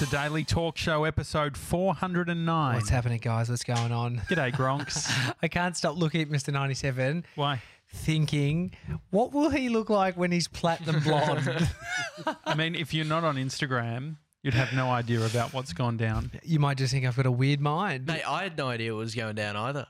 the Daily Talk Show, episode 409. What's happening, guys? What's going on? G'day, Gronks. I can't stop looking at Mr. 97 Why? thinking, what will he look like when he's platinum blonde? I mean, if you're not on Instagram, you'd have no idea about what's gone down. you might just think I've got a weird mind. Mate, I had no idea what was going down either.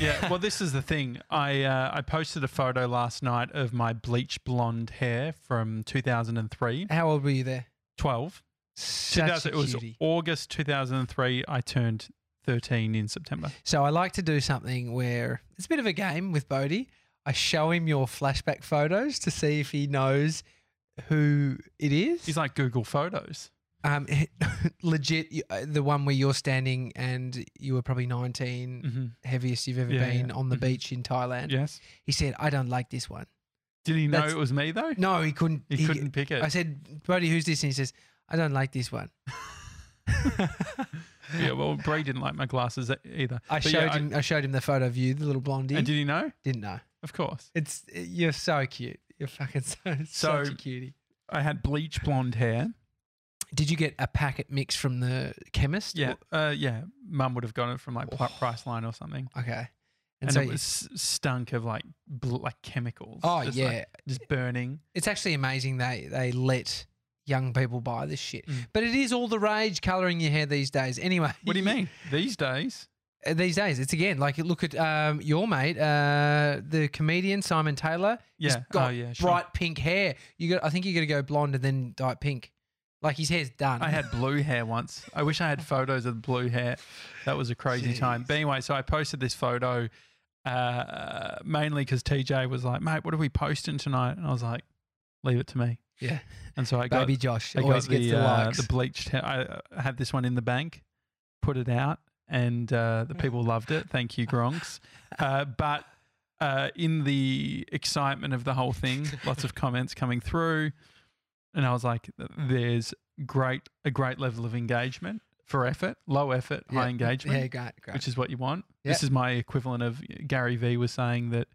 Yeah, well, this is the thing. I uh, I posted a photo last night of my bleach blonde hair from 2003, How old were you there? 12. Such 2000 a it was cutie. August 2003. I turned 13 in September. So I like to do something where it's a bit of a game with Bodhi. I show him your flashback photos to see if he knows who it is. He's like Google Photos. um, legit, you- uh, the one where you're standing and you were probably 19, hmm heaviest you've ever Yeah, been yeah. on the Mhm. beach in Thailand. Yes. He said, I don't like this one. Did he know That's- it was me though? No, he couldn't. He, couldn't pick it. I said, Bodhi, who's this? And he says, I don't like this one. yeah. Well, Bree didn't like my glasses e- either. I But showed yeah, him. I, showed him the photo of you, the little blondie. and did he know? Didn't know. Of course. It's you're so cute. You're fucking so, So- such a cutie. I had bleach blonde hair. Did you get a packet mix from the chemist? Yeah. Uh, yeah. Mum would have gotten it from like Pri Priceline or something. Or- Okay. And, Oh. And, so, it was stunk of like bl- like chemicals. oh Just, yeah, like, just burning. it's actually amazing they they let young people buy this shit. Mm. But it is all the rage coloring your hair these days. Anyway, What do you mean? These days, Uh, These days, it's again like look at um, your mate, uh, the comedian Simon Taylor. He's Yeah. got Oh, yeah, sure. bright pink hair. You got, I think you got to go blonde and then dye it pink. Like his hair's done. I had blue hair once. I wish I had photos of blue hair. That was a crazy time. But anyway, so I posted this photo uh, mainly because TJ was like, "Mate, what are we posting tonight?" And I was like, "Leave it to me." yeah, And so I got, baby Josh I always got the, gets the uh, likes. the bleached hair. I uh, had this one in the bank, put it out, and uh, Mm. the people loved it. Thank you, Gronks. Uh, but uh, in the excitement of the whole thing, lots of comments coming through, and I was like, "There's great a great level of engagement for effort, low effort, high Yeah, engagement, Yeah, great, great. which is what you want." Yeah. This is my equivalent of Gary Vee was saying that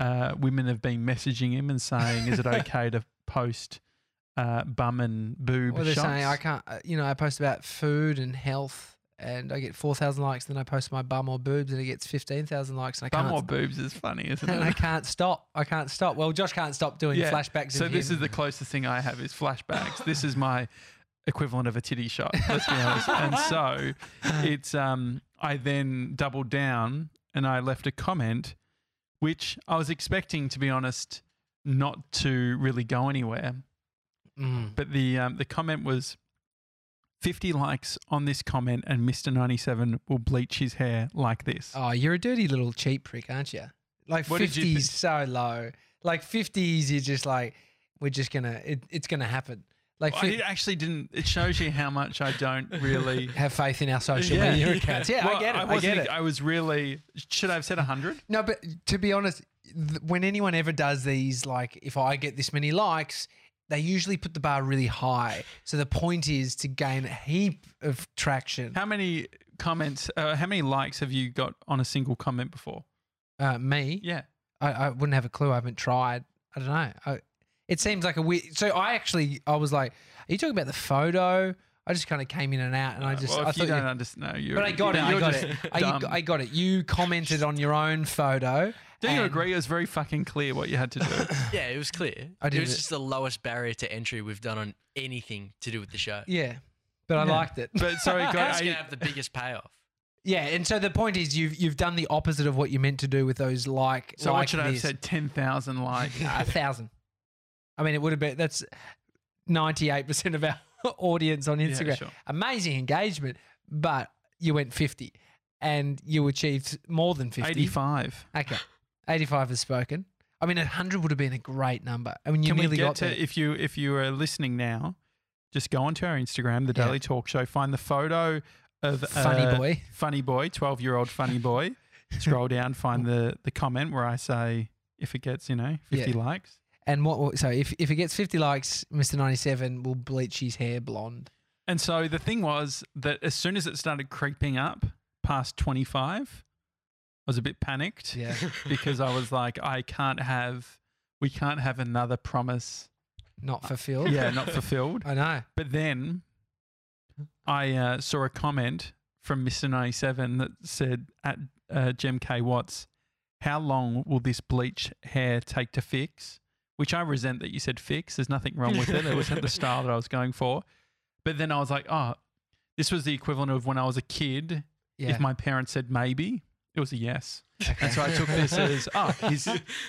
uh, women have been messaging him and saying, "Is it okay to post?" Uh, bum and boob well, they're shots. saying I can't. uh, You know, I post about food and health, and I get four thousand likes. Then I post my bum or boobs, and it gets fifteen thousand likes. And I Bum can't. or boobs is funny, isn't and I it? can't stop. I can't stop. Well, Josh can't stop doing Yeah, flashbacks. so of this him. is the closest thing I have is flashbacks. this is my equivalent of a titty shot. Let's be honest. And so it's um, I then doubled down and I left a comment, which I was expecting, to be honest, not to really go anywhere. Mm. But the um, the comment was. 50 likes on this comment, and Mr. 97 will bleach his hair like this. Oh, you're a dirty little cheap prick, aren't you? Like What did you fifties, so low. Like fifties, you're just like, we're just gonna, it, it's gonna happen. Like, I fi- did- actually didn't. It shows you how much I don't really. have faith in our social Yeah, media yeah. accounts. Yeah, Well, I get it. I, wasn't- get it. I was really. Should I have said hundred? No, but to be honest, th- when anyone ever does these, like, if I get this many likes. They usually put the bar really high. So the point is to gain a heap of traction. How many comments? Uh, how many likes have you got on a single comment before? Uh, me, Yeah. I, I wouldn't have a clue. I haven't tried. I don't know. I, it seems like a weird. So I actually, I was like, "Are you talking about the photo?" I just kind of came in and out, and I just, well, I if you thought, don't you, understand, no, you're, but I got it. you're I got just it. I, you- dumb. I got it. You commented on your own photo. do you and- agree? It was very fucking clear what you had to do. Yeah, it was clear. I did it was it. just the lowest barrier to entry we've done on anything to do with the show. Yeah, but I Yeah. liked it. but so it That's got. going to eight- have the biggest payoff. yeah, and so the point is, you've you've done the opposite of what you meant to do with those like. so like what should I have this. said? Ten thousand likes. A thousand. I mean, it would have been that's ninety eight percent of our audience on Instagram. Yeah, sure. amazing engagement, but you went 50 and you achieved more than 50. Eighty-five. Okay. 85 is spoken. I mean, 100 would have been a great number. I mean, you Can we nearly got get to there. if you if you are listening now, just go onto our Instagram, the Yeah. Daily Talk Show, find the photo of Funny uh, boy. funny boy, twelve year old funny boy. Scroll down, find the the comment where I say if it gets you know fifty Yeah. likes. And what, what- so if, if it gets 50 likes, Mr. 97 will bleach his hair blonde. And so the thing was that as soon as it started creeping up past twenty five, I was a bit panicked Yeah. because I was like, I can't have, we can't have another promise, Not fulfilled. yeah, not fulfilled. I know. But then I uh, saw a comment from Mr. 97 that said at uh, Gem K Watts, how long will this bleach hair take to fix? Which I resent that you said fix. There's nothing wrong with it. It wasn't the style that I was going for. But then I was like, oh, this was the equivalent of when I was a kid. Yeah. If my parents said maybe, it was a yes. And so I took this as, oh, he's,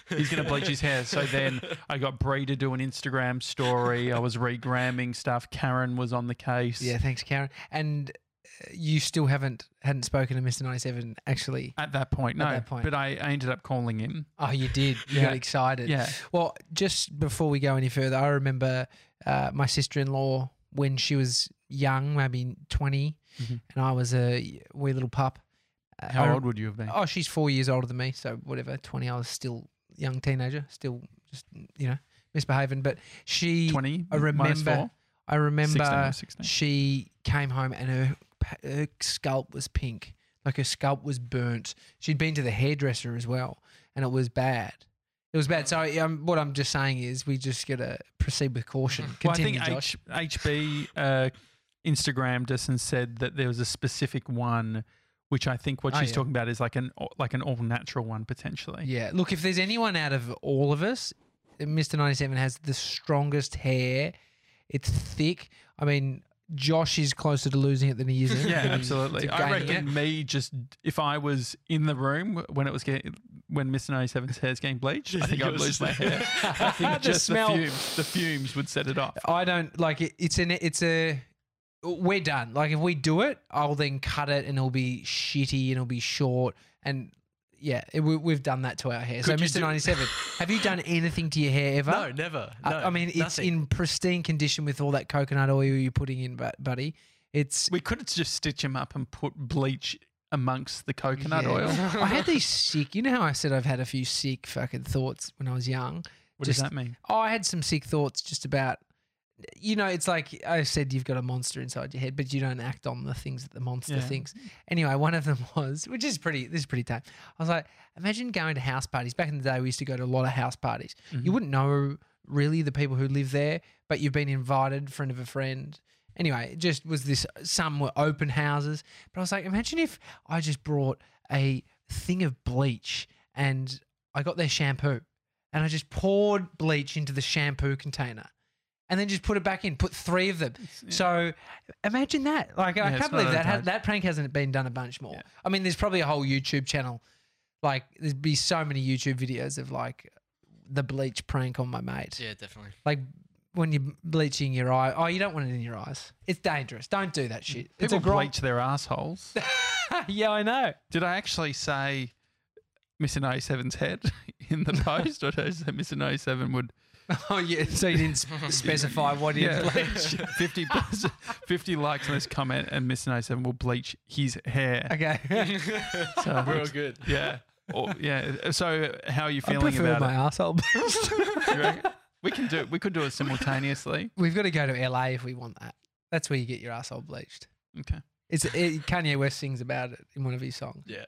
he's going to bleach his hair. So then I got Bree to do an Instagram story. I was regramming stuff. Karen was on the case. yeah, thanks, Karen. And uh, you still haven't hadn't spoken to Mister Ninety Seven actually. At that point, no. At that point. But I, I ended up calling him. Oh, you did. You Yeah. got excited. Yeah. Well, just before we go any further, I remember uh, my sister in law when she was young, maybe 20, Mhm. and I was a wee little pup. Uh, I How rem- old would you have been? Oh, she's four years older than me. So, whatever, 20, I was still young teenager, still just, you know, misbehaving. But she, 20? I minus remember- four? I 16 remember or 16. she came home and her, pa- her scalp was pink. Like her scalp was burnt. She'd been to the hairdresser as well, and it was bad. It was bad. So um, what I'm just saying is, we just gotta proceed with caution. Well, I Continue, think Josh. H- HB uh, Instagrammed us and said that there was a specific one, which I think what Oh, she's yeah. talking about is like an like an all natural one potentially. yeah. Look, if there's anyone out of all of us, Mr. 97 has the strongest hair. It's thick. I mean, Josh is closer to losing it than he is. Yeah, than he- absolutely. to I gaining reckon me just if I was in the room when it was getting when Mr. 97's hair's getting bleached, I think I'd lose my hair. I think The just smell. the fumes, the fumes would set it off. I don't like it. It's an it's a we're done. Like if we do it, I'll then cut it and it'll be shitty and it'll be short and yeah, it, we, we've done that to our hair. Could you so Mr. do- 97, have you done anything to your hair ever? No, never. No, I, I mean, it's nothing. in pristine condition with all that coconut oil you're putting in, but buddy, it's We could just stitch him up and put bleach amongst the coconut yeah. oil. I had these sick. You know how I said I've had a few sick fucking thoughts when I was young. What Just- does that mean? Oh, I had some sick thoughts just about, you know, it's like I said, you've got a monster inside your head, but you don't act on the things that the monster Yeah. thinks. Anyway, one of them was, which is pretty, this is pretty tame. I was like, imagine going to house parties. Back in the day, we used to go to a lot of house parties. You wouldn't know really the people who live there, but you've been invited, friend of a friend. Anyway, it just was this, some were open houses. But I was like, imagine if I just brought a thing of bleach and I got their shampoo and I just poured bleach into the shampoo container and then just put it back in, put three of them. So imagine that. Like, I Yeah, it's can't not believe that. advertised. That prank hasn't been done a bunch more. Yeah. I mean, there's probably a whole YouTube channel. Like, there'd be so many YouTube videos of like the bleach prank on my mate. yeah, definitely. Like, when you're bleaching your eye, oh, you don't want it in your eyes. It's dangerous. Don't do that shit. it's People a grom- bleach their assholes. yeah, I know. Did I actually say Mr. 97's head in the post, or did I say Mr. 97 would Oh yeah. So you didn't sp- specify what he yeah, bleached. 50, plus- 50 likes on this comment, and Mr. 97 will bleach his hair. Okay. So, We're all good. yeah, or, yeah. So how are you I feeling prefer about my asshole. it? You reckon? We can do it. We could do it simultaneously. We've got to go to LA if we want that. That's where you get your asshole bleached. Okay. It's it, Kanye West sings about it in one of his songs. Yeah.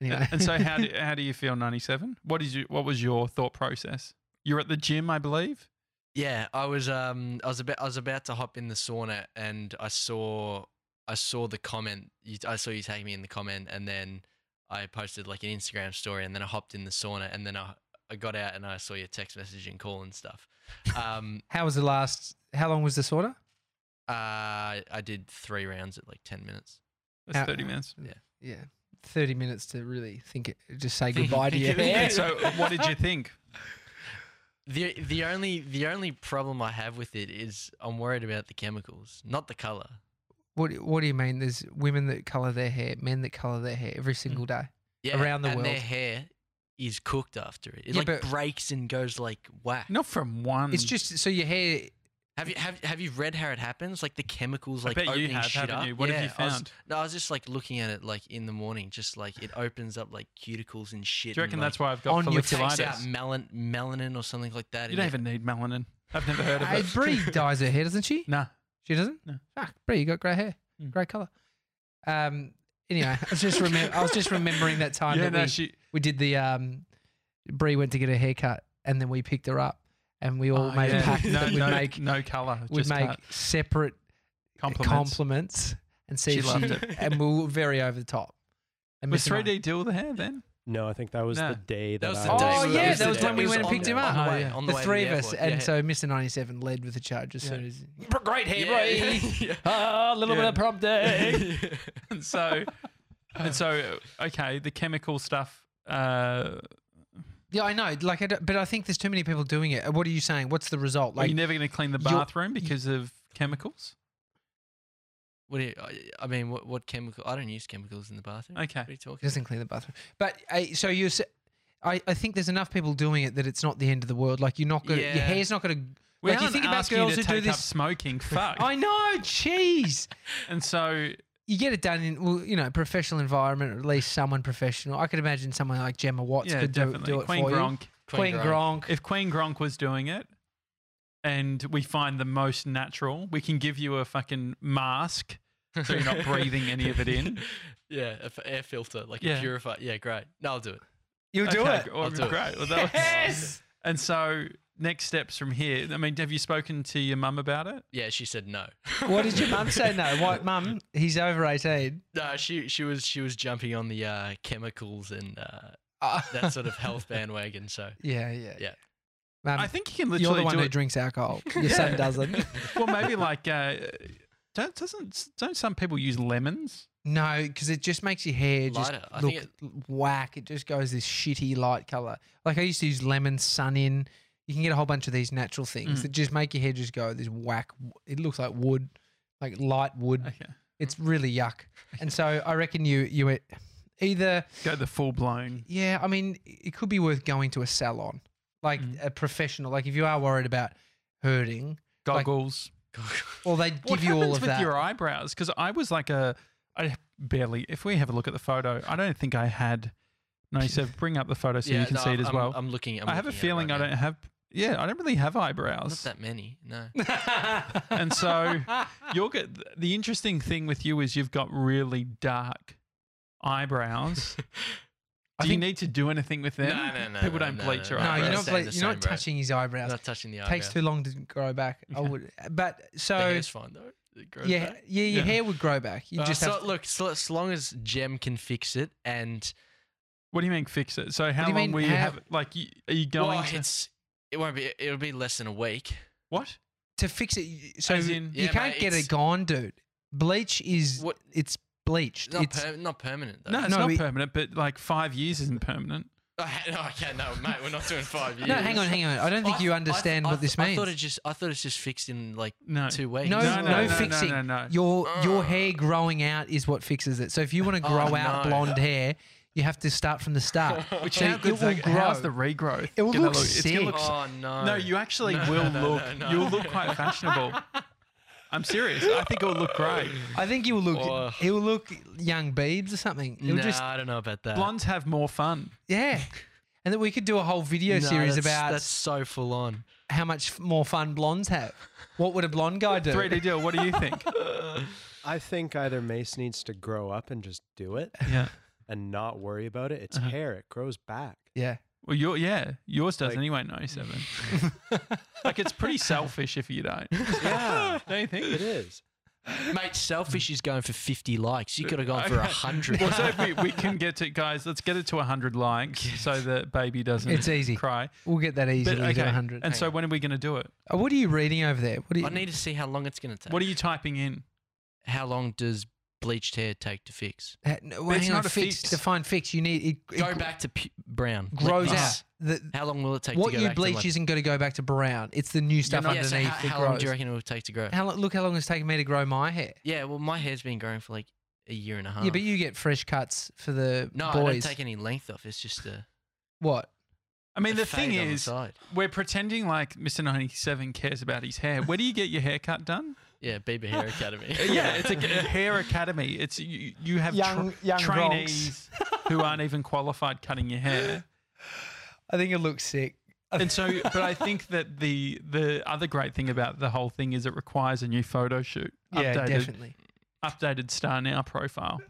Anyway. And so how do, how do you feel, 97? What is you, What was your thought process? You're at the gym, I believe. Yeah, I was um I was about I was about to hop in the sauna and I saw I saw the comment you, I saw you tag me in the comment and then I posted like an Instagram story and then I hopped in the sauna and then I I got out and I saw your text message and call and stuff. Um how was the last? How long was the sauna? uh I did 3 rounds at like 10 minutes. That's How- 30 minutes. Yeah, thirty minutes to really think it. Just say Think- goodbye to think your it- hair. And so what did you think? The the only the only problem I have with it is I'm worried about the chemicals, not the color. What What do you mean? There's women that color their hair, men that color their hair Mm. every single day. Yeah, Around the and their world. hair is cooked after it. It Yeah, like but- breaks and goes like whack. Not from one. It's just so your hair. Have you have have you read how it happens? Like the chemicals, I like bet you opening have, shit haven't up. you? What have you I was- found? no, I was just like looking at it like in the morning, just like it opens up like cuticles and shit. Do you reckon and, that's why I've got on your like, takes out folliculitis? melon melanin or something like that? You in don't it. even need melanin. I've never heard of Hey, it. Brie dyes her hair, doesn't she? Nah. She doesn't. No. Fuck, Brie, you got grey hair, Mm. grey color. Um. Anyway, I was just remem- I was just remembering that time Yeah, that no, we, she. we did the um Brie went to get her haircut and then we picked her up and we all Oh, made yeah. a pact no, that we'd no, make no color. we'd just make cut. separate Compliments. compliments and see She if loved she, it. and we were very over the top. And was missing out. 3D deal there then? No, I think that was Nah. the day that, That was I the Oh, day. we were- yeah, it was that the was day when we was went and on picked the- him up. On the Oh, way, yeah. on the, the way to three of us, airport. and Yeah. so Mr. 97 led with the charge as Yeah. soon as Great Yeah. Ah, a little Yeah. bit of prop day. And so, and so, okay, the chemical stuff. Uh, Yeah, I know. Like, I don't- but I think there's too many people doing it. What are you saying? What's the result? are Like, you never going to clean the you're- bathroom because of chemicals? What do you, I- I mean, what, what chemical? I don't use chemicals in the bathroom. Okay. What are you He talking doesn't clean the bathroom. But uh, so you, s- I, I think there's enough people doing it that it's not the end of the world. Like you're not gonna, your Yeah. hair's not gonna. We like you aren't think about asking you girls to who do take up this. smoking. Fuck. I know, jeez. and so, You get it done in, well, you know, professional environment, or at least someone professional. I could imagine someone like Gemma Watts yeah, could do, definitely. do it Queen for Gronk. you. Queen Gronk. If Queen Gronk was doing it and we find the most natural, we can give you a fucking mask so you're not breathing any of it in. Yeah, a f- air filter, like Yeah. a purifier. Yeah, great. No, I'll do it. You'll do Okay, it. gr- well, I'll do it. great. Well, that was- Yes. And so, next steps from here. I mean, have you spoken to your mum about it? Yeah, she said no. what did your mum say? No, what mum? He's over eighteen. No, she she was she was jumping on the uh, chemicals and uh, Uh, that sort of health bandwagon. So yeah, yeah, Yeah. Mum, I think you can Um, you're literally the one do who it. drinks alcohol. Your son Yeah. doesn't. well, maybe like uh, don't doesn't don't some people use lemons? No, because it just makes your hair just Lighter. I look think it- whack. It just goes this shitty light color. Like I used to use lemon sun in. You can get a whole bunch of these natural things Mm. that just make your hair just go this whack. It looks like wood, like light wood. Okay, It's really yuck. And so I reckon you you were either go the full blown. yeah. I mean, it could be worth going to a salon, like Mm. a professional. Like if you are worried about hurting, Goggles. well they'd what give you happens all of with that. your eyebrows? Because I was like a, I barely. If we have a look at the photo, I don't think I had. No, so bring up the photo so you can no, see it as I'm, well. I'm looking. I'm i have looking a at it right feeling I now. don't have. Yeah, I don't really have Not eyebrows. that many. No. And so you'll get the interesting thing with you is you've got really dark eyebrows. I Do you think- need to do anything with them? No, no, no, People no, don't no, bleach no, your no. no, eyebrows. you're Eyebrows not stay bla- the you're not same, bro. touching his eyebrows. Not touching the eyebrow. takes too long to grow back. I Yeah. would, but so The yeah, hair's fine though. It grows yeah, back. your Yeah. hair would grow back. You Uh, just so have to, look, so, as long as Jem can fix it, and What do you mean fix it? So how do you long mean, will you how- have? Like, you, are you going well, to it's it won't be. It'll be less than a week. what? to fix it. you- So As in- you Yeah, can't mate, get it's- it gone, dude. Bleach is What? it's bleached. Not, it's per- not permanent though. No, it's No, not we- permanent, but like five years isn't permanent. Oh, he- no, okay, no, mate, we're not doing five years. no, hang on, hang on. I don't think I- you I- understand I- what this I means. thought it just. I thought it's just fixed in like No. two weeks. no, no, No, no, no, no, fixing. no, no. Your your Ugh. hair growing out is what fixes it. So if you want to Uh. Oh, grow out no. blonde hair, you have to start from the start. Which So how it good's will that- How's the grow. regrowth? It will gonna look It's gonna sick. look Oh no. No, you actually No, will no, look. no, no. You'll look quite fashionable. I'm serious. I think it will look great. I think he will look Oh. he will look young beads or something. He'll Nah, just I don't know about that. Blondes have more fun. Yeah. And that we could do a whole video No, series that's- about that's so full on. how much f- more fun blondes have. What would a blonde guy do? 3D deal. What do you think? I think either Mace needs to grow up and just do it Yeah. and not worry about it. It's Uh-huh. hair; it grows back. Yeah. Well, your yeah, yours does Like- anyway. Ninety-seven. like it's pretty selfish if you don't. Yeah, Don't you think? it is. Mate, selfish is going for fifty likes. You could have gone for Okay. hundred. Well, so if we, we can get to guys, let's get it to 100 likes so that baby doesn't It's easy. cry. We'll get that easily But, to okay. 100. And Hang so on. when are we going to do it? Uh, what are you reading over there? What are you, I need to see how long it's going to take. What are you typing in? how long does bleached hair take to fix? uh, no, well, It's hang on, not a fix. fix. Define fix. You need it, it Go gr- back to p- brown. Like grows this. out. The, How long will it take? what to go you back bleach to like, isn't going to go back to brown. It's the new stuff Yeah, underneath so how, that how grows. long do you reckon it will take to grow? How lo- look how long it's taken me to grow my hair. yeah, well, my hair's been growing for like a year and a half. Yeah, but you get fresh cuts for the no, I don't boys. take any length off. It's just a. what? I mean, a the thing fade on the is, side. we're pretending like Mr. 97 cares about his hair. Where do you get your haircut done? yeah, Bieber Hair Academy. Yeah, it's a, hair academy. It's you, you have Young- tra- young trainees who aren't even qualified cutting your hair. I think it looks sick. And so, but I think that the the other great thing about the whole thing is it requires a new photo shoot. Yeah, updated definitely. updated Star Now profile.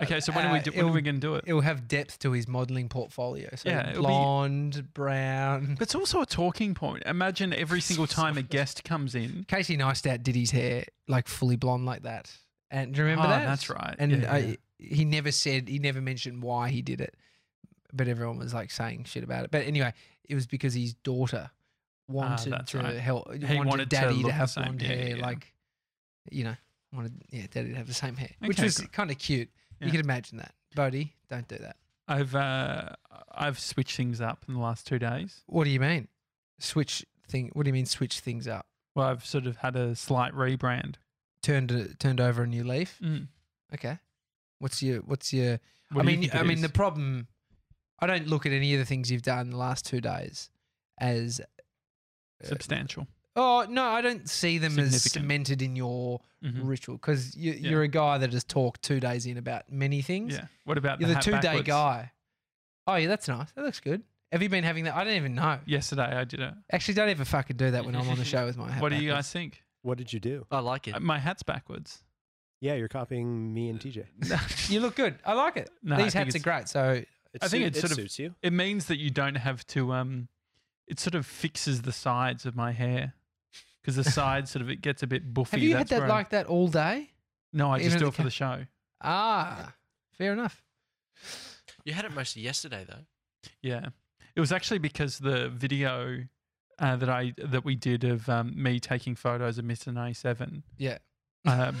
Okay, so when are we Uh, do, when are it'll- we gonna do it? It'll have depth to his modeling portfolio. So Yeah, it'll be- blonde, brown. But it's also a talking point. Imagine every single time a guest comes in. Casey Neistat did his hair like fully blonde like that. And do you remember Oh, that? that's right. And Yeah, yeah. I, he never said, he never mentioned why he did it, but everyone was like saying shit about it. But anyway, it was because his daughter wanted Ah, that's to right. help, wanted, wanted to daddy to, look the have same. blonde Yeah, yeah, hair, yeah. like, you know, wanted yeah, daddy to have the same hair, which Okay, was good. kind of cute. Yeah. You could imagine that. Bodhi, don't do that. I've uh, I've switched things up in the last two days. What do you mean? Switch thing. What do you mean switch things up? Well, I've sort of had a slight rebrand. Turned turned over a new leaf. Mm. Okay. What's your what's your? What I do you mean, think it I mean is? the problem. I don't look at any of the things you've done the last two days as. uh, Uh, substantial. Oh no, I don't see them as Significant. cemented in your Mhm. ritual because you, you're a guy that has talked two days in about many things. Yeah. What about You're the hat two day backwards? guy. Oh yeah, that's nice. That looks good. Have you been having that? I don't even know. Yesterday I did it. Actually, don't ever fucking do that when I'm on the show with my. hat What do you backwards. guys think? What did you do? I like it. Uh, My hat's backwards. Yeah, you're copying me and TJ. You look good. I like it. No, I These think hats are it's- great. So It I think suit- it's sort of- suits you. It means that you don't have to. Um, it sort of fixes the sides of my hair because the sides sort of it gets a bit buffy. have you had That's that where I- like that all day? No, I just even do at it for the the show. Ah, fair enough. You had it mostly yesterday though. Yeah, it was actually because the video uh, that I that we did of um, me taking photos of Mr. A Seven. Yeah. Um,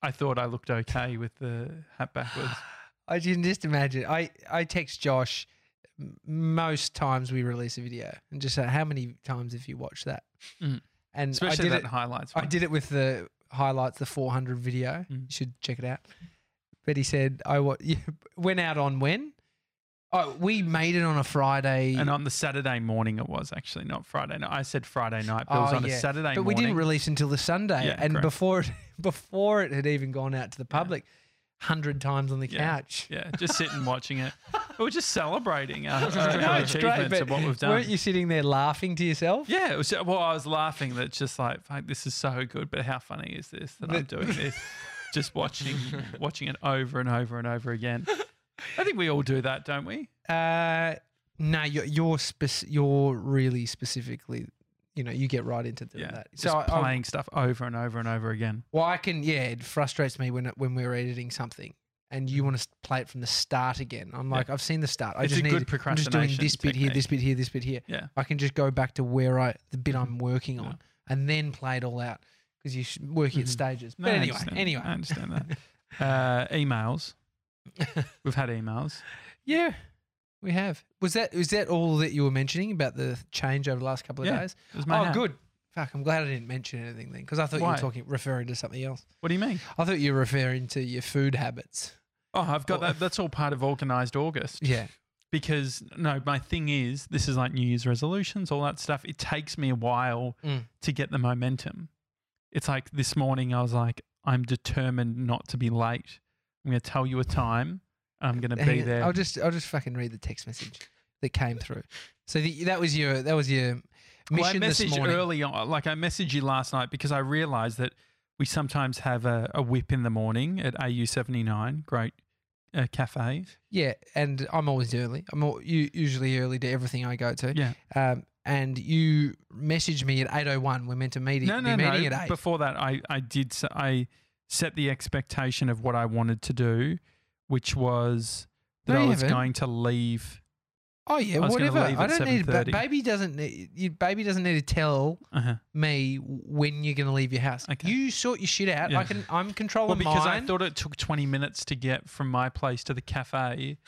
I thought I looked okay with the hat backwards. I can just imagine. I I text Josh m- most times we release a video and just say how many times have you watched that? Mm. And Especially I did that it. highlights. I one. did it with the highlights, the 400 video. You Mm. should check it out. But he said I wa- went out on when. Oh, we made it on a Friday. And on the Saturday morning, it was actually not Friday night. I said Friday night, but it was Oh, on yeah. a Saturday but we morning. didn't release until the Sunday, Yeah, and correct. before it, before it had even gone out to the public, hundred times on the Yeah. couch. Yeah, just sitting watching it. We were just celebrating our, our, No, our it's great, achievements but of what we've done. Weren't you sitting there laughing to yourself? yeah, it was, well, I was laughing that just like, fuck, this is so good, but how funny is this that I'm But- doing this? Just watching, watching it over and over and over again. I think we all do that, don't we? Uh, no, you're you're, spec- you're really specifically, you know, you get right into doing Yeah, that. so So I, I- playing stuff over and over and over again. well, I can. Yeah, it frustrates me when it, when we're editing something. And you want to play it from the start again? I'm like, I've seen the start. I Mm. It's a just need. good I'm just doing this procrastination bit here, this bit here, this bit here. Yeah. Mm-hmm. I can just go back to where I the bit I'm working Yeah. on and then play it all out because you should work Mhm. at stages. No, But I anyway, understand. anyway, I understand that. Uh, emails. We've had emails. yeah, we have. Was that was that all that you were mentioning about the change over the last couple of Yeah, days? It was my oh, hat. good. Fuck, I'm glad I didn't mention anything then because I thought you Why? were talking referring to something else. What do you mean? I thought you were referring to your food habits. Oh, I've got Well, that. That's all part of organized August. Yeah, because no, my thing is this is like New Year's resolutions, all that stuff. It takes me a while Mm. to get the momentum. It's like this morning I was like, I'm determined not to be late. I'm going to tell you a time. and I'm going to Hang be on, there. I'll just I'll just fucking read the text message that came through. So the, that was your that was your well, I mission this messaged morning. early on, like I messaged you last night because I realized that we sometimes have a, a whip in the morning at AU79, great uh, cafe. Yeah, and I'm always early. I'm all, u- usually early to everything I go to. Yeah. Um, and you messaged me at 8:01. We're meant to meet. No, be no, meeting no. at eight. Before that, I, I did s- I set the expectation of what I wanted to do, which was that No, I you was haven't. going to leave. oh yeah, I was gonna whatever. leave I at don't need. But 7:30. baby doesn't. need- You, baby doesn't need to tell Uh-huh. me when you're going to leave your house. Okay. You sort your shit out. Yeah. I can. I'm Well, controlling because Oh, mine. I thought it took 20 minutes to get from my place to the cafe,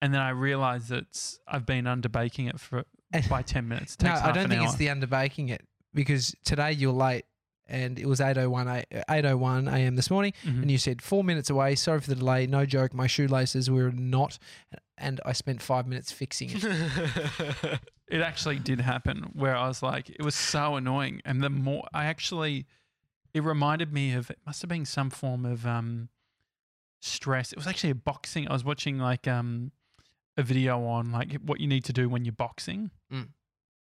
and then I realized that s- I've been underbaking it for by 10 minutes. It no, takes I half don't an think it's hour. the underbaking it because today you're late. And it was 8.01, a- 8.01 a.m. this morning, Mhm. and you said, four minutes away, sorry for the delay, no joke, my shoelaces were not, and I spent five minutes fixing it. it actually did happen where I was like, it was so annoying. And the more I actually, it reminded me of, it must have been some form of um, stress. It was actually a boxing. I was watching like um, a video on like what you need to do when you're boxing. Mm.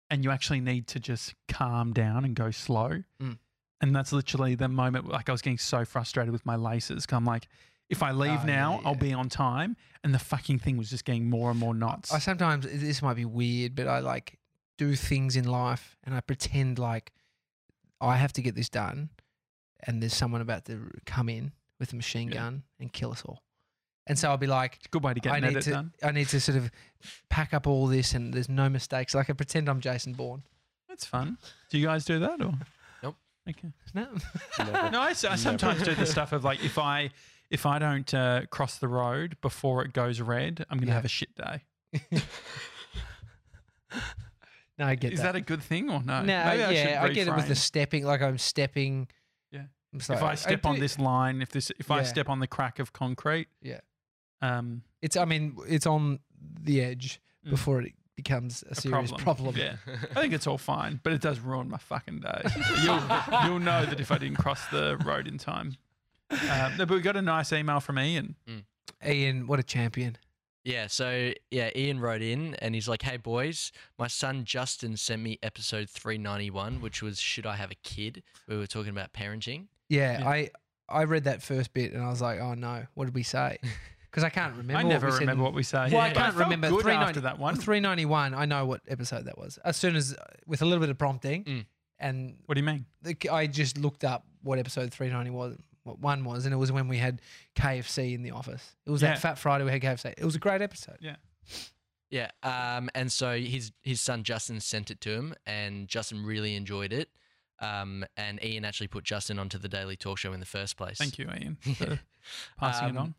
And you actually need to just calm down and go slow. Mm. And that's literally the moment like I was getting so frustrated with my laces. 'cause I'm like, if I leave Oh, now, yeah, I'll yeah. be on time. And the fucking thing was just getting more and more knots. I sometimes this might be weird, but I like do things in life and I pretend like I have to get this done, and there's someone about to come in with a machine Yeah. Mm. gun and kill us all. And so I'll be like, Good way to get I an need edit to, done. I need to sort of pack up all this, and there's no mistakes. Like I pretend I'm Jason Bourne. That's fun. Do you guys do that or? Nope. Okay. No, Never. No, I, s- I Never. sometimes do the stuff of like if I if I don't uh, cross the road before it goes red, I'm gonna Yeah. have a shit day. no, I get Is that. a good thing or no? no, yeah, I, get it with the rephrase. stepping. Like I'm stepping. Yeah. I'm if sorry, I step on do- this line, if this, if I Yeah. step on the crack of concrete, Yeah. um, it's. I mean, it's on the edge Mm. before it becomes a, a serious problem. problem. Yeah, I think it's all fine, but it does ruin my fucking day. you'll, you'll know that if I didn't cross the road in time. Um, no, but we got a nice email from Ian. Ian, what a champion! Yeah, so yeah, Ian wrote in and he's like, "Hey boys, my son Justin sent me episode 391, which was should I have a kid? We were talking about parenting. Yeah, Yeah. I I read that first bit and I was like, oh no, what did we say? Because I can't remember. I never what we remember what we say. Well, I but can't felt remember. Good 390 after that one. Three ninety one. I know what episode that was. As soon as with a little bit of prompting, Mm. and What do you mean? the, I just looked up what episode three ninety was. What one was, and it was when we had KFC in the office. It was Yeah. that Fat Friday we had KFC. It was a great episode. Yeah, um, and so his his son Justin sent it to him, and Justin really enjoyed it. Um, and Ian actually put Justin onto the Daily Talk Show in the first place. Thank you, Ian, for passing it Um, on.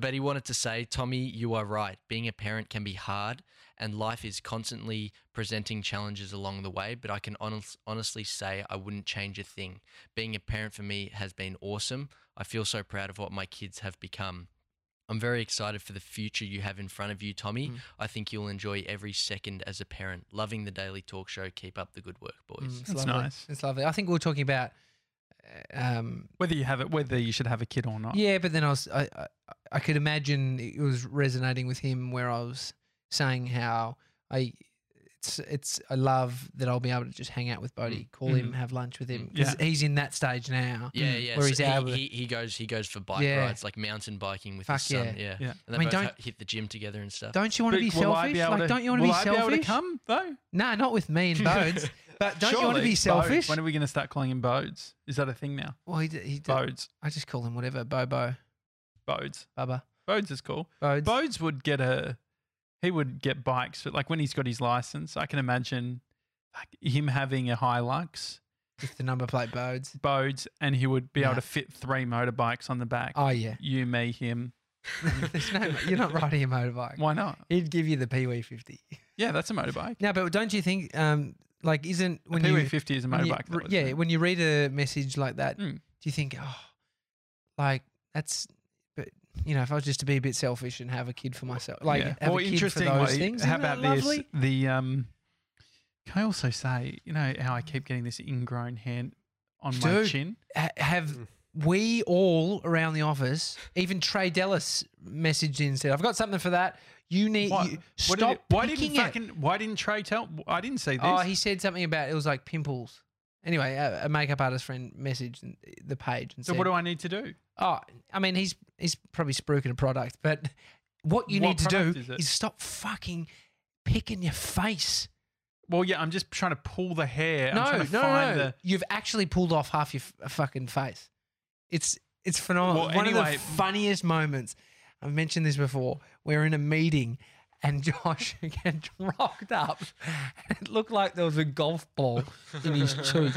But he wanted to say, Tommy, you are right. Being a parent can be hard, and life is constantly presenting challenges along the way. But I can honest, honestly say I wouldn't change a thing. Being a parent for me has been awesome. I feel so proud of what my kids have become. I'm very excited for the future you have in front of you, Tommy. Mm. I think you'll enjoy every second as a parent. Loving the daily talk show. Keep up the good work, boys. Mm, it's That's lovely. nice. It's lovely. I think we are talking about. uh, Um, Whether you have it, whether you should have a kid or not. yeah, but then I was I, I I could imagine it was resonating with him where I was saying how I it's it's I love that I'll be able to just hang out with Bodie, call him, Mhm. have lunch with him Mm. because he's in that stage now. Yeah, Mm. yeah. Where so he's able to- he, he, he goes he goes for bike Yeah. rides, like mountain biking with his Fuck yeah. son. Yeah. Yeah. And they I mean, both don't- h- hit the gym together and stuff. Don't you want But to be will I selfish? be able like, to- don't you want to will be I selfish? Be able to come though. No, not with me and Bodes. but don't you want to Surely. be selfish? Bodes. When are we going to start calling him Bodes? Is that a thing now? well, he, d- he d- Bodes. I just call him whatever, Bobo, Bodes. Bubba, Bodes is cool. Bodes. Bodes would get a, he would get bikes, but like when he's got his license, I can imagine like him having a Hilux, with the number plate Bodes. Bodes, and he would be able Yeah. to fit three motorbikes on the back. Oh yeah, you, me, him. There's no, you're not riding a motorbike. Why not? He'd give you the Pee Wee fifty. Yeah, that's a motorbike. No, but don't you think, um, like, isn't A when Pee Wee you, 50 is a when you motorbike. re- that was yeah, it. when you read a message like that, Mm. do you think, oh, like that's, but you know, if I was just to be a bit selfish and have a kid for myself, like, Yeah. have Well, a kid for those interestingly, things. How isn't that about this? lovely? The um, can I also say, you know, how I keep getting this ingrown hand on my Dude. chin? Ha- have we all around the office, even Trey Dellis messaged in and said, "I've got something for that. You need What- you, What stop did it- why picking didn't it." fucking why didn't Trey tell? I didn't see this. Oh, he said something about it was like pimples. Anyway, a, a makeup artist friend messaged and- the page and so said, what do I need to do? Oh, I mean, he's he's probably spruiking a product, but what you What need to product do is is, it? stop fucking picking your face. Well, yeah, I'm just trying to pull the hair. I'm no, trying no, to no, find no. the. You've actually pulled off half your f- fucking face. It's it's phenomenal. Well, One of anyway- the funniest moments. I've mentioned this before. We're in a meeting. And Josh get rocked up. And it looked like there was a golf ball in his cheek.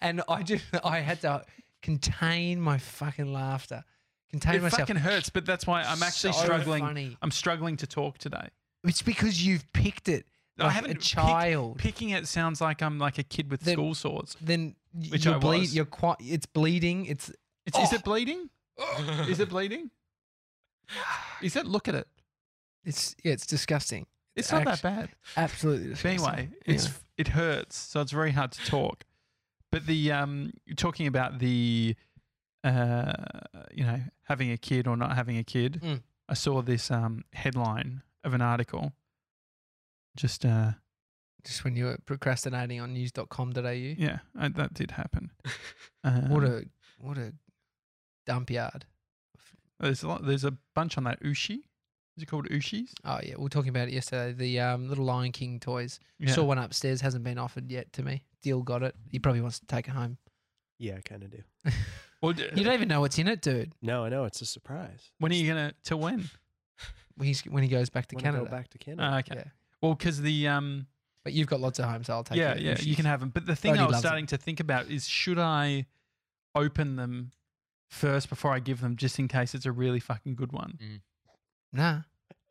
And I just, I had to contain my fucking laughter, contain It myself. fucking hurts, but that's why I'm actually So struggling. funny. I'm struggling to talk today. It's because you've picked it. Like I haven't a picked- child. picking it sounds like I'm like a kid with Then- school swords. then y- Which you're I bleed. was. You're quite. It's bleeding. It's It's, Is Oh. it bleeding? Is it bleeding? Is it? Look at it. it's yeah. It's disgusting. It's not that Actu- bad. Absolutely But disgusting. anyway, it's Yeah. it hurts, so it's very hard to talk. But the um, you're talking about the, uh, you know, having a kid or not having a kid. Mm. I saw this um headline of an article. Just uh, just when you were procrastinating on news.com.au. Yeah, I, that did happen. Um, What a what a dump yard. there's a lot, there's a bunch on that Ushi. Is it called Ushis? Oh yeah, we were talking about it yesterday. The um, little Lion King toys. Yeah. Saw one upstairs, hasn't been offered yet to me. Deal got it. He probably wants to take it home. Yeah, I kind of do. Or d- You don't even know what's in it, dude. No, I know it's a surprise. when are you gonna till when? When He's when he goes back to When I Canada. go back to Canada. Uh, okay. Yeah. Well, because the um, But you've got lots of home, so I'll take yeah, it. yeah, you can have them. But the thing Bodhi I was loves 'em. starting to think about is should I open them first before I give them, just in case it's a really fucking good one. nah.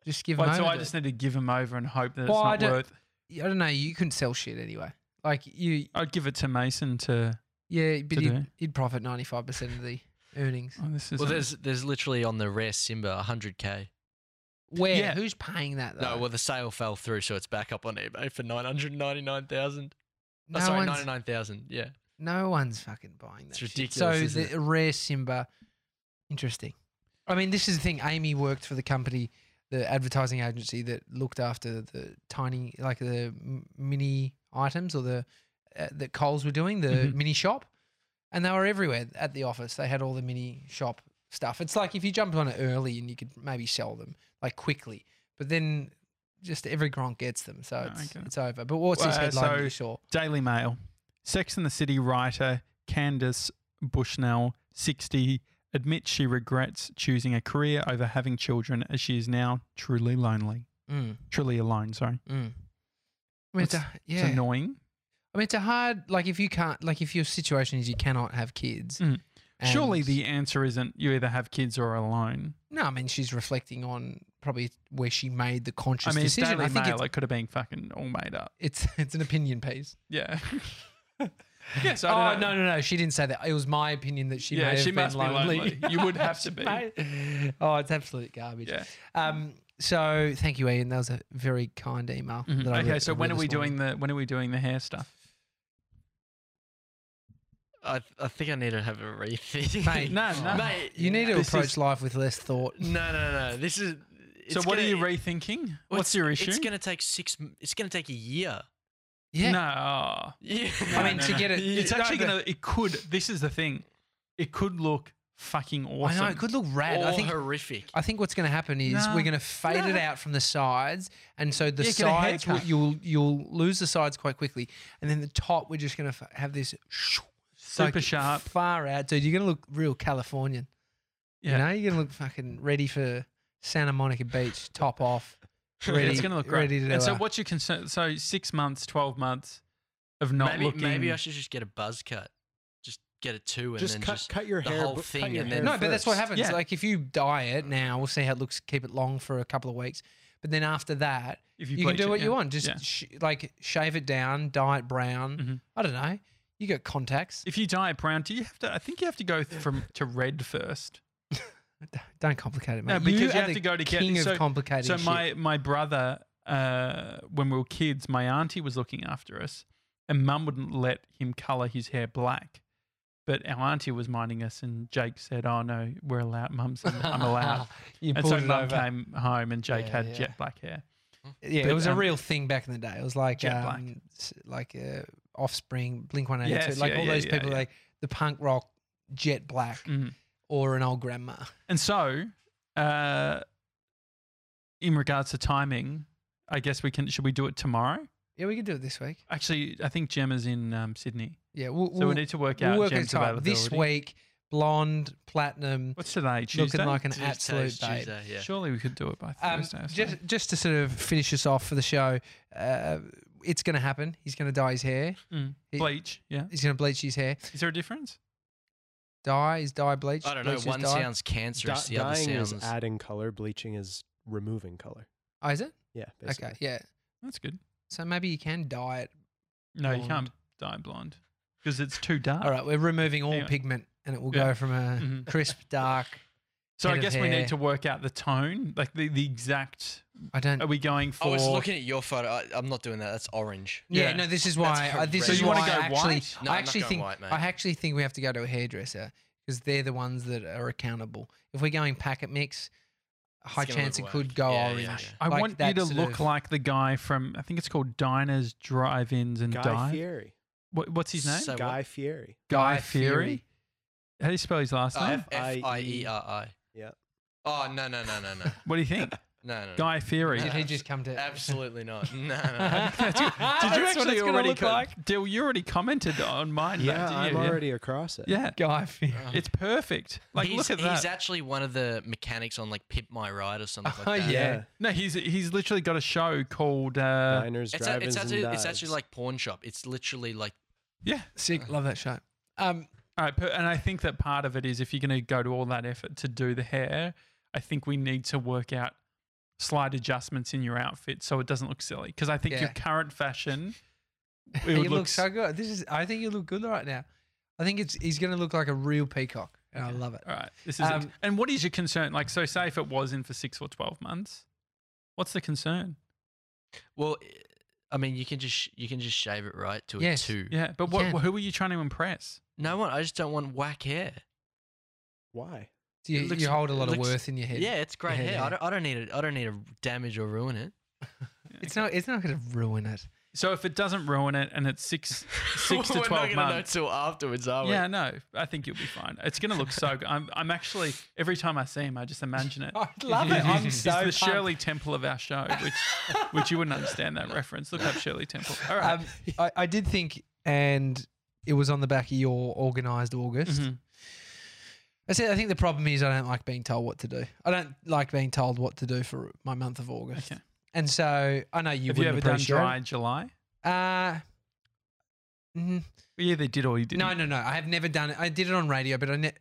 Just give him. Like, so over I to just need to give them over and hope that Well, I it's not don't- worth. it. I don't know. You couldn't sell shit anyway. Like you, I'd give it to Mason to. yeah, but To you'd, do. you'd profit ninety five percent of the earnings. Oh, this is Well, there's there's literally on the rare Simba 100k. Where? Yeah. Who's paying that though? No, well the sale fell through, so it's back up on eBay for 999,000. no oh, sorry, one's 99,000. Yeah, no one's fucking buying It's that. shit. ridiculous, So isn't the rare Simba, interesting. I mean, this is the thing. Amy worked for the company, the advertising agency that looked after the tiny, like the m- mini items or the uh, that Coles were doing the Mhm. mini shop, and they were everywhere at the office. They had all the mini shop stuff. It's like if you jumped on it early and you could maybe sell them like quickly, but then just every grant gets them, so No, I it's get it. it's over. But what's this Well, uh, headline that so- you saw? Daily Mail. Sex and the City writer Candace Bushnell, 60, admits she regrets choosing a career over having children as she is now truly lonely. Mm, Truly alone, sorry. mm. I mean, It's- it's, a- It's yeah. annoying. I mean, it's a hard like if you can't like if your situation is you cannot have kids. Mm. Surely and- the answer isn't you either have kids or are alone. no. I mean, she's reflecting on probably where she made the conscious I mean, it's decision. Daily I think Mail. It could have been fucking all made up. it's, it's it's an opinion piece. Yeah. yeah, so I Oh don't no know. no no! She didn't say that. It was my opinion that she Yeah, may have she been must be lonely. lonely. You would have to She be. may- Oh, it's absolute garbage. Yeah. Um. So thank you, Ian. That was a very kind email. Mhm. That I Okay, read- so I read when are this we morning. doing the when are we doing the hair stuff? I I think I need to have a rethink. Mate, No, no. Mate, You need to This approach is- life with less thought. No, no, no. This is. So it's what gonna- are you rethinking? well, it's- What's your issue? It's gonna take six. m- It's gonna take a year. Yeah. No. oh. Yeah. No, I mean, no, to no. get it, It's no, actually but- gonna. It could. This is the thing. It could look fucking I awesome. know it could look rad. or I think horrific. I think what's going to happen is Nah. we're going to fade it Nah. out from the sides, and so the Yeah, get a sides will, haircut. you'll you'll lose the sides quite quickly, and then the top we're just going to f- have this shoo, Super like, sharp. far out, dude. You're going to look real Californian. Yeah. You know, you're going to look fucking ready for Santa Monica Beach, top off. Ready, it's gonna look great. ready to do and so, a- what's your concern? So, six months, twelve months of not maybe, looking. maybe I should just get a buzz cut. Just get a two and just then cut, just. cut your the hair. whole bro- cut thing your and hair then- No, but that's what first. happens. Yeah. Like if you dye it now, we'll see how it looks. Keep it long for a couple of weeks, but then after that, if you can bleach do it, what yeah. you want. Just Yeah. sh- like shave it down, dye it brown. Mhm. I don't know. You got contacts. If you dye it brown, do you have to? I think you have to go th- from to red first. D- don't complicate it, mate. No, because you are have the to go to get- king so- of complicated. So shit. my my brother, uh, when we were kids, my auntie was looking after us, and Mum wouldn't let him colour his hair black. But our auntie was minding us, and Jake said, "Oh no, we're allowed. Mum's, I'm allowed." you and pulled so it Mum over. came home, and Jake Yeah, had yeah. jet black hair. Yeah, but, it was um, a real thing back in the day. It was like Jet black. um, s- like uh, Offspring, Blink One Eighty Two, Yes, like yeah, all yeah, those yeah, people, yeah. like the punk rock, Jet Black, Mhm. or an old grandma. And so, uh, in regards to timing, I guess we can. Should we do it tomorrow? Yeah, we could do it this week. Actually, I think Gemma's in um, Sydney, Yeah, we'll, so we'll, we need to work we'll out work Gemma's it out availability. this week. Blonde, platinum, What's today? Tuesday. looking like an Tuesday's absolute babe. Tuesday, yeah. Surely we could do it by Um, Thursday. or just, something. just to sort of finish us off for the show, uh, it's going to happen. He's going to dye his hair. Mm. it- Bleach. Yeah. He's going to bleach his hair. Is there a difference? Dye is dye bleach. I don't know. bleach is One dye. sounds cancerous, Dy- the other dyeing sounds. is adding color. Bleaching is removing color. Oh, is it? Yeah. Basically. Okay, yeah. That's good. So maybe you can dye it. No, you Blonde. can't dye blonde because it's too dark. All right, we're removing all Anyway. pigment, and it will Yeah. go from a Mhm. crisp dark. So I Head of guess we hair. need to work out the tone, like the, the exact. I don't. Are we going for? I was looking at your photo. I, I'm not doing that. That's orange. yeah, yeah. no. This is why. I, this So is you why wanna I go actually. No, white? I I'm not actually going think. white, mate. I actually think we have to go to a hairdresser because they're the ones that are accountable. If we're going packet mix, high gonna look chance it whack. could go Yeah, yeah, orange. yeah. I Like want you that to sort look of- like the guy from I think it's called Diners, Drive-ins, and Guy Dive. Fieri. What, what's his name? So Uh, what? Guy Fieri. Guy Guy Fury. Fieri. Uh, How do you spell his last name? F I E R I. Yep. Oh no no no no no What do you think? no no. no. Guy Fury. Did he just come to? Absolutely not. No. no. Did you, did you That's what actually it's gonna already look co- like. Dill, you already commented on mine. though, Yeah, didn't I'm you? Yeah. already across it. Yeah. Guy Fieri. no. It's perfect. Like, he's, look at He's that. actually one of the mechanics on like Pip My Ride or something Oh, like that. yeah. no, he's he's literally got a show called. Uh, Diners, It's, a, drive-ins, it's actually and it's actually dives. like pawn shop. It's literally like yeah. Sick. Love that show. Um, All right. per- And I think that part of it is if you're going to go to all that effort to do the hair, I think we need to work out slight adjustments in your outfit so it doesn't look silly. Because I think your Yeah. current fashion, it would he look looks so good. This is. I think you look good right now. I think it's. He's going to look like a real peacock, and I love it. All right. This is Um, ex- and what is your concern? Like, so say if it was in for six or twelve months, what's the concern? well, I mean you can just sh- you can just shave it right to Yes. a two. Yeah, but You what, can. who are you trying to impress? No one. I just don't want whack hair. why? Do you, It looks- you hold a it lot of looks- worth in your head. Yeah, it's great Yeah, hair. yeah. I don't I don't need it. I don't need to damage or ruin it. It's not. It's not going to ruin it. So if it doesn't ruin it and it's six, six to We're twelve not gonna months. know till afterwards, are we? Yeah, no, I think you'll be fine. It's gonna look so good. I'm, I'm actually every time I see him, I just imagine it. Oh, I love it. I'm He's so the pumped. Shirley Temple of our show, which which you wouldn't understand that reference. Look up Shirley Temple. All right. Um, I, I did think, and it was on the back of your organised August. Mhm. I said, I think the problem is I don't like being told what to do. I don't like being told what to do for my month of August. Okay. And so I know you Have wouldn't you ever done appreciate dry July? it. Uh, mm, You either did or you didn't. no, no, no. I have never done it. I did it on radio, but I ne-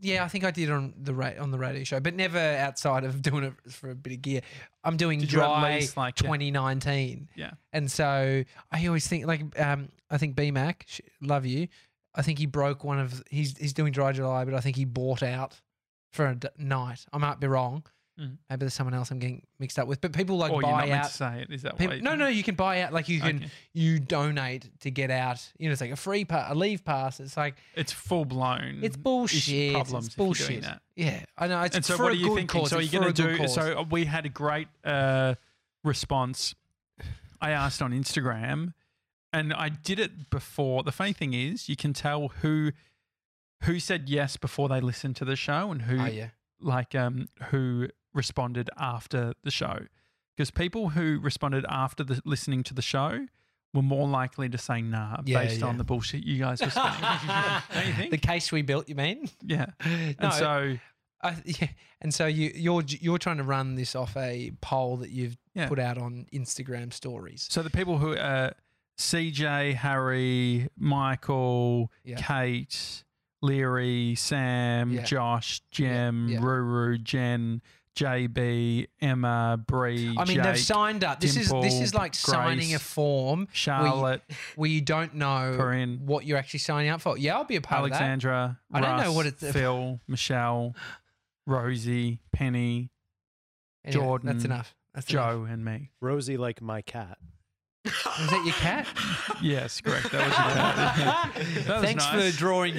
yeah, I think I did it on the ra- on the radio show, but never outside of doing it for a bit of gear. I'm doing Did you at dry least, like, yeah. 2019. Yeah. And so I always think like um I think B Mac, sh- love you. I think he broke one of he's he's doing Dry July, but I think he bought out for a d- night. I might be wrong. Mm. Maybe there's someone else I'm getting mixed up with. But people like or oh, you're not buy meant to out. say it. Is that People, why? no, no, you can buy out. Like you can, Okay. you donate to get out. You know, it's like a free pass, a leave pass. It's like It's full blown. it's bullshit. problems it's if you're doing bullshit. that. Yeah, I know. It's And so, for what a are you good thinking? Cause. so, are it's you for a going to good do? cause. So, we had a great uh, response. I asked on Instagram, and I did it before. The funny thing is, you can tell who who said yes before they listened to the show, and who oh yeah, like um who responded after the show, because people who responded after the listening to the show were more likely to say nah Yeah, based on yeah. the bullshit you guys were saying. Don't you think? the case we built. You mean? yeah, No, and so I, th- yeah, and so you you're you're trying to run this off a poll that you've Yeah. put out on Instagram stories. So the people who uh, CJ, Harry, Michael, Yeah. Kate, Leary, Sam, Yeah. Josh, Jem, yeah. Ruru, Jen, JB, Emma, Bree, I mean, Jake, they've signed up. This is this Dimple, is like signing a Grace, form Charlotte, where you don't know Corinne, what you're actually signing up for. Yeah, I'll be a part of Alexandra, I don't know Russ, what it's- Phil, Michelle, Rosie, Penny, that. Anyway, Jordan, that's enough. That's enough. Joe, and me. Rosie like my cat. Is that your cat? Yes, correct. That was your That was Thanks nice. for drawing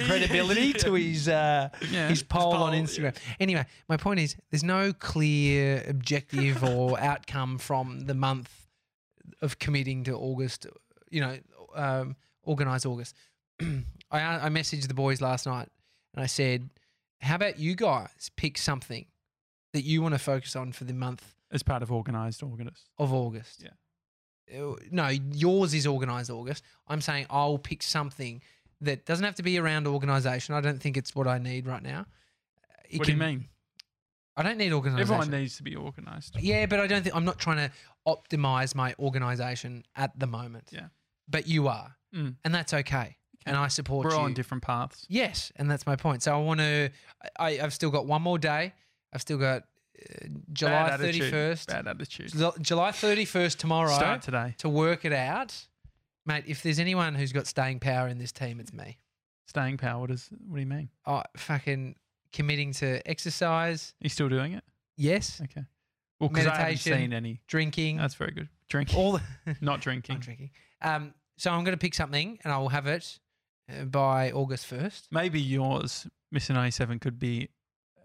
credibility to his uh, Yeah. his poll on poll, yeah. Instagram. Anyway, my point is, there's no clear objective or outcome from the month of committing to August. You know, um, organize August. I I messaged the boys last night and I said, "How about you guys pick something that you want to focus on for the month as part of organised organist. of August. Yeah. Uh, No, yours is organized August. I'm saying I'll pick something that doesn't have to be around organization. I don't think it's what I need right now. Uh, It What do can- you mean? I don't need organization. Everyone needs to be organised. yeah, but I don't think I'm not trying to optimize my organization at the moment. Yeah. But you are. Mm. And that's okay. And I support We're you. all on different paths. Yes, and that's my point. So I want to. I, I've still got one more day. I've still got uh, July Bad thirty attitude. first. Bad attitude. Ju- July thirty first tomorrow Start today. to work it out. Mate, if there's anyone who's got staying power in this team, it's me. Staying power. What, is, what do you mean? Oh, fucking committing to exercise, Are you still doing it? yes, Okay. Well, because I haven't Meditation. seen any. drinking, That's very good. Drinking. all the Not I'm drinking. drinking. Um, so I'm going to pick something, and I will have it uh, by August first. Maybe yours, Miss 97, could be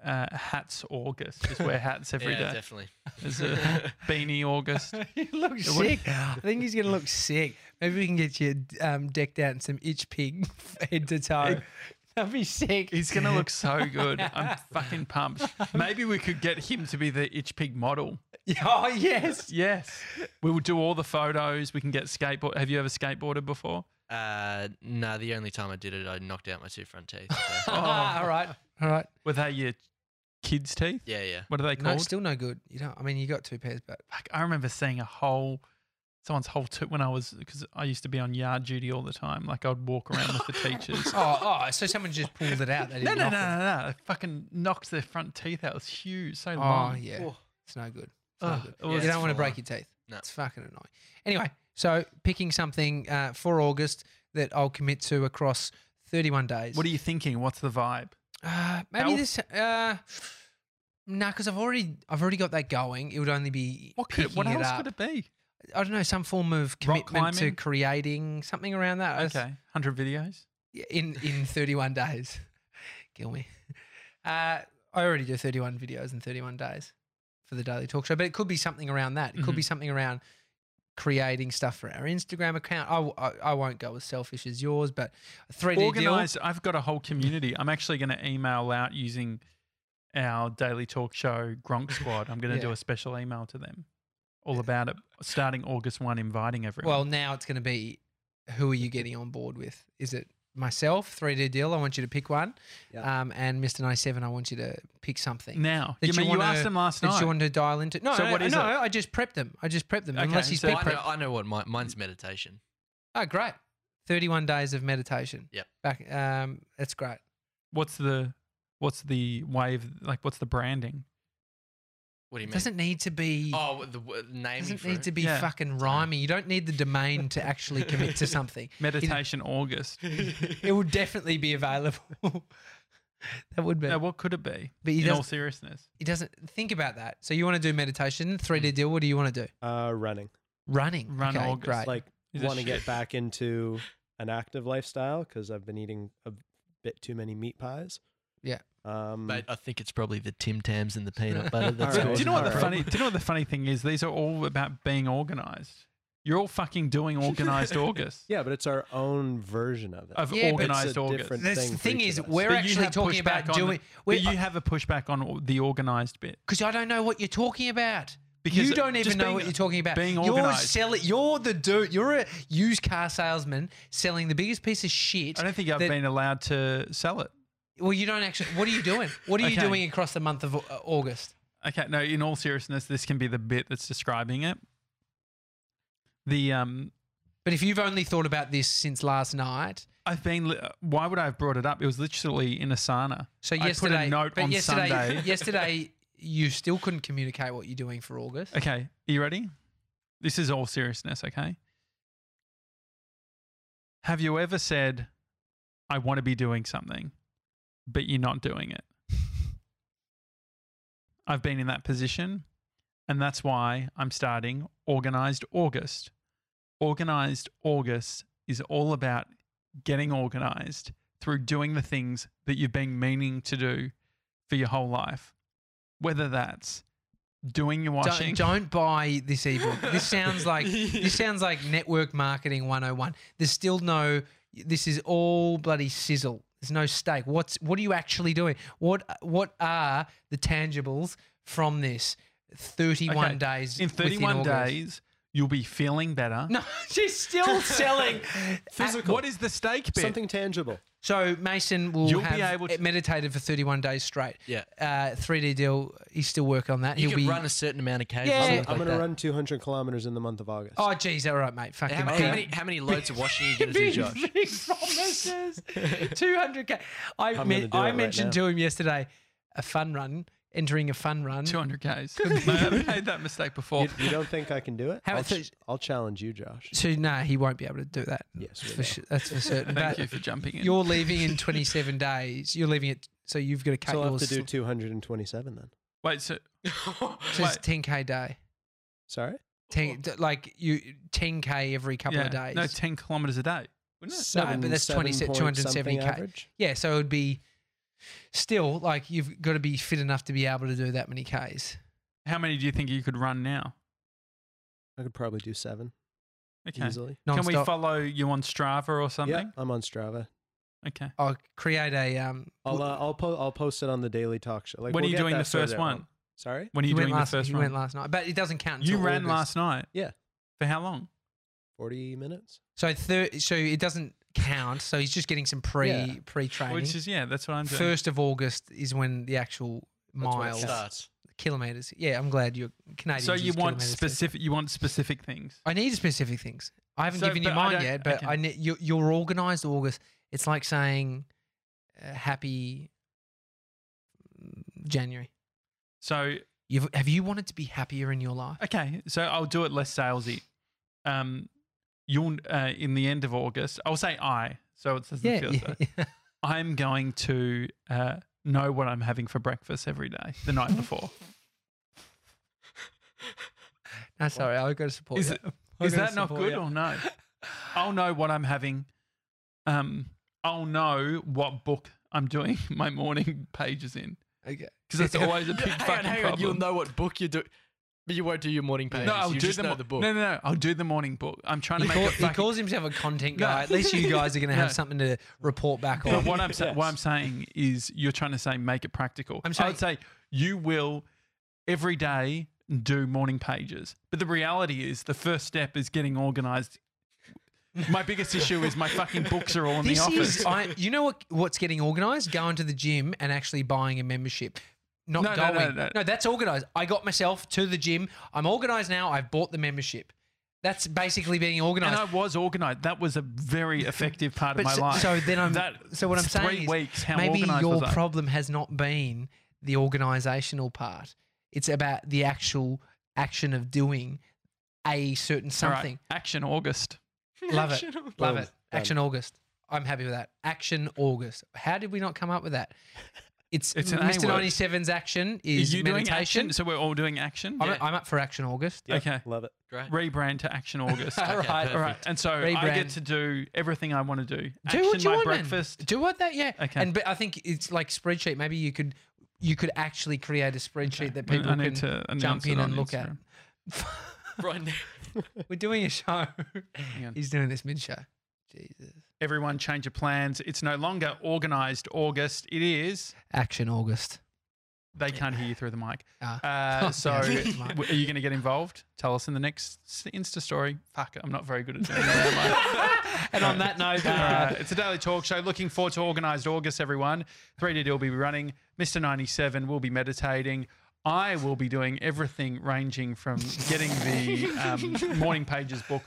uh, Hats August is where hats every yeah, day. definitely. There's a beanie August. he looks what- sick. I think he's gonna look sick. Maybe we can get you um, decked out in some itch pig head to toe. That'd be sick. He's gonna look so good. I'm fucking pumped. Maybe we could get him to be the itch pig model. Oh yes. Yes, we will do all the photos. We can get skateboard. Have you ever skateboarded before? Uh, no, the only time I did it, I knocked out my two front teeth. Oh. so- all right. All right. Were they your kids' teeth? yeah, yeah. What are they No, called? still no good. You know, I mean, you got two pairs, but Fuck, I remember seeing a whole someone's whole tooth when I was because I used to be on yard duty all the time. Like I'd walk around with the teachers. oh, oh, so someone just pulled it out. They No, didn't no, no, no, knock it. no! They fucking knocked their front teeth out. It was huge, so Oh long. yeah, Oh. it's no good. It's Ugh, no good. it was you don't want to full break on. your teeth. No. It's fucking annoying. Anyway, so picking something uh, for August that I'll commit to across 31 days. What are you thinking? What's the vibe? Uh, maybe Health? this. Uh, nah, because I've already I've already got that going. It would only be What could? picking What it else up. could it be? I don't know some form of commitment to climbing? creating something around that. I was- Okay, hundred videos. yeah, in in 31 days. Kill me. Uh, I already do 31 videos in 31 days for the Daily Talk Show, but it could be something around that. It could Mm-hmm. be something around creating stuff for our Instagram account. I, w- I- I won't go as selfish as yours, but a 3D Organized. I've got a whole community. I'm actually going to email out using our daily talk show Gronk Squad. I'm going to do Yeah. a special email to them, all about it, starting August one, inviting deal. everyone. Well, now it's going to be who are you getting on board with? Is it myself, 3D deal? I want you to pick one. Yeah. Um, and Mr. 97, I want you to pick something. now Did you mean you you wanna- asked them last Did night? you want to dial into? No, So no, what is no. it? I just prepped them. I just prepped them. Okay, unless he's so- been Well, I Speak prepped. know, I know what mine mine's meditation. Oh, great. 31 days of meditation. Yep. Back um that's great. what's the what's the wave? Like what's the branding? What do you It mean? doesn't need to be oh, what the w- naming doesn't for need it? to be Yeah. fucking rhyming. You don't need the domain to actually commit to something. Meditation August. It will definitely be available. that would be. Now, what could it be? but he in all doesn't, seriousness, he doesn't think about that. So you want to do meditation, Mm. 3D deal, what do you want to do? Uh, running. Running. Run okay, August, great. Like, Is it want to shit? get back into an active lifestyle because I've been eating a bit too many meat pies. Yeah. Um, Mate, I think it's probably the Tim Tams and the peanut butter. That's Alright. Do you know what the All right. funny? Do you know what the funny thing is? These are all about being organized. You're all fucking doing organized August yeah, but it's our own version of it. of Yeah, but- It's a organized August. different That's thing the for thing each is of us. we're But you actually have pushback talking about on the- doing But we- you have a pushback on all- the organised bit. because I don't know what you're talking about. Because you don't even just know being- what you're talking about. being you're organised. selling. You're the dude. You're a used car salesman selling the biggest piece of shit. I don't think I've that- been allowed to sell it. Well, you don't actually. What are you doing? What are you Okay. doing across the month of uh, August? Okay, no, in all seriousness, this can be the bit that's describing it. The um But if you've only thought about this since last night, I've been li- uh, why would I have brought it up? It was literally in Asana. so I put yesterday, a note but on yesterday, Sunday. yesterday you still couldn't communicate what you're doing for August. Okay, are you ready? This is all seriousness, okay? Have you ever said I want to be doing something but you're not doing it? I've been in that position, and that's why I'm starting Organized August. Organized August is all about getting organized through doing the things that you've been meaning to do for your whole life, whether that's doing your washing. Don't, don't buy this ebook. This sounds like this sounds like network marketing 101. There's still no this is all bloody sizzle. There's no stake. What's what are you actually doing? What what are the tangibles from this 31 Okay. days in within 31 August? days, you'll be feeling better. No, she's still selling. Uh, Physical. What is the stake bit? Something tangible. So Mason will You'll be have able to- it meditated for 31 days straight. Yeah. Uh, 3D deal. He's still working on that. You He'll can be run a certain amount of cases. Yeah. something I'm like I'm going that. to run 200 kilometers in the month of August. Oh, geez, all right, mate. Fucking How, how big- many how many loads of washing are you gonna do, Josh? Big promises. 200k. I, I'm me- gonna do it I right mentioned now. to him yesterday a fun run, entering a fun run. 200 Ks. I made that mistake before. You, you don't think I can do it? How I'll, about those- ch- I'll challenge you, Josh. So, no, he won't be able to do that. Yes, we for will. su- that's for certain. Thank But you for jumping in. You're leaving in 27 days. You're leaving it. So, you've got to cut So I'll have yours to do to 227 then. Wait, so just wait. 10k day. Sorry? 10, d- like you 10k every couple of yeah, days. No, 10 kilometers a day. Wouldn't it? Seven- but that's seven 20 point 270K. something average. yeah, so it would be still, like you've got to be fit enough to be able to do that many Ks. How many do you think you could run now? I could probably do seven Okay. easily. Can we nonstop. follow you on Strava or Yeah, something? I'm on Strava. Okay. I'll create a um. I'll uh, I'll po- I'll post it on the daily talk show. Like, when are we'll you get doing that the further first along. one? Sorry, When are you he went doing the last- first he one? went last night, but it doesn't count. You until ran August. last night. Yeah. For how long? forty minutes. So thir- so it doesn't count. So he's just getting some pre Yeah. pre training. Which is yeah, that's what I'm doing. First of August is when the actual That's when it miles Starts. kilometers. Yeah, I'm glad you're Canadian. so you want specific you want specific things. I need specific things. I haven't So, given but you I mine don't- yet, but okay. I ne- you, you're organised August. It's like saying uh, happy January. So You've, have you wanted to be happier in your life? okay, so I'll do it less salesy. Um you'll uh, in the end of August, I'll say I, so it doesn't Yeah, feel so. yeah, yeah. I'm going to uh, know what I'm having for breakfast every day the night before. No, sorry, I've got to support Is you. it- I've Is got that to not support good you. or no? I'll know what I'm having. Um, I'll know what book I'm doing my morning pages in Okay. because it's always a big hang on, fucking hang on. problem. You'll know what book you do, but you won't do your morning pages. no, I'll you do just the, know mo- the book. No, no, no. I'll do the morning book. I'm trying to He, make call- a he fucking- calls himself a content No. guy. At least you guys are going to have No. something to report back But on. what I'm sa- what I'm Yes. saying is, you're trying to say make it practical. I'm I would say you will every day do morning pages, but the reality is the first step is getting organised. My biggest issue is my fucking books are all in the This office. is, I, you know what? What's getting organised? Going to the gym and actually buying a membership. Not No, no, going. no, no. that's organised. I got myself to the gym. I'm organised now. I've bought the membership. That's basically being and organised. I was organised. That was a very effective part of but my so, life. so then I'm. That so what I'm saying three is weeks. How maybe organised your was I? problem has not been the organisational part. It's about the actual action of doing a certain All right, something. Action August. Love it. Love Boom. it. Action August. I'm happy with that. Action August. How did we not come up with that? It's, It's an A Mr. word. 97's action Are is you doing meditation. action? So we're all doing action. I'm, I'm up for Action August. Yep, Okay. love it. Great. Rebrand to Action August. All Okay, right. All right, and so I get Rebrand. to do everything I want to do. Do what Action you my want, man. breakfast. Do what that, yeah. Okay. And but I think it's like spreadsheet. Maybe you could you could actually create a spreadsheet that I- people I need can. to announce jump it in on and look at. Instagram. Right now. We're doing a show. Hang on. He's doing this mid show. Jesus. Everyone change your plans. It's no longer organized August. It is. Action August. They can't hear you through the mic. Ah. Uh, so, Yeah, w- it's mine. are you going to get involved? Tell us in the next s- Insta story. Fuck, I'm not very good at doing that. am I? and on that note, uh, Uh, it's a daily talk show. Looking forward to organised August, everyone. 3DD will be running. Mr. 97 will be meditating. I will be doing everything ranging from getting the um, morning pages book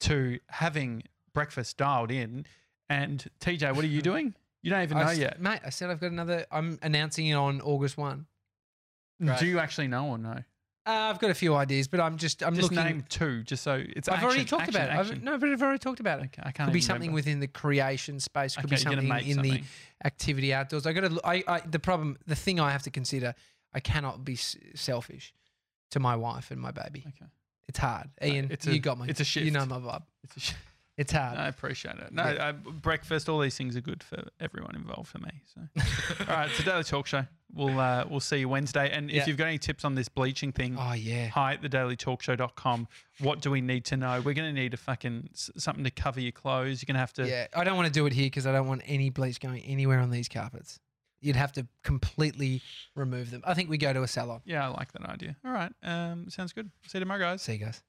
to having breakfast dialed in. And TJ, what are you doing? You don't even I know s- yet. mate, I said I've got another. I'm announcing it on August one. Right. Do you actually know or no? Uh, I've got a few ideas, but I'm just I'm Just looking. name two, just so it's. I've action, already talked action, about it. I've, action. no, but I've already talked about it. Okay, I can't. Could be even something remember. within the creation space. Could Okay, be you're gonna something make in something. the activity outdoors. I got to. I, I the problem. The thing I have to consider. I cannot be s- selfish to my wife and my baby. Okay. It's hard. Ian, it's you a- got me. it's a You shift. know my vibe. It's a sh- It's hard. I appreciate it. No, Yeah. I, breakfast, all these things are good for everyone involved for me. So, all right, it's a daily talk show. We'll uh, we'll see you Wednesday. And Yeah. if you've got any tips on this bleaching thing, Oh yeah. hi at thedailytalkshow.com. What do we need to know? We're going to need a fucking s- something to cover your clothes. You're going to have to. Yeah, I don't want to do it here because I don't want any bleach going anywhere on these carpets. You'd have to completely remove them. I think we go to a salon. Yeah, I like that idea. All right, um, sounds good. See you tomorrow, guys. See you guys.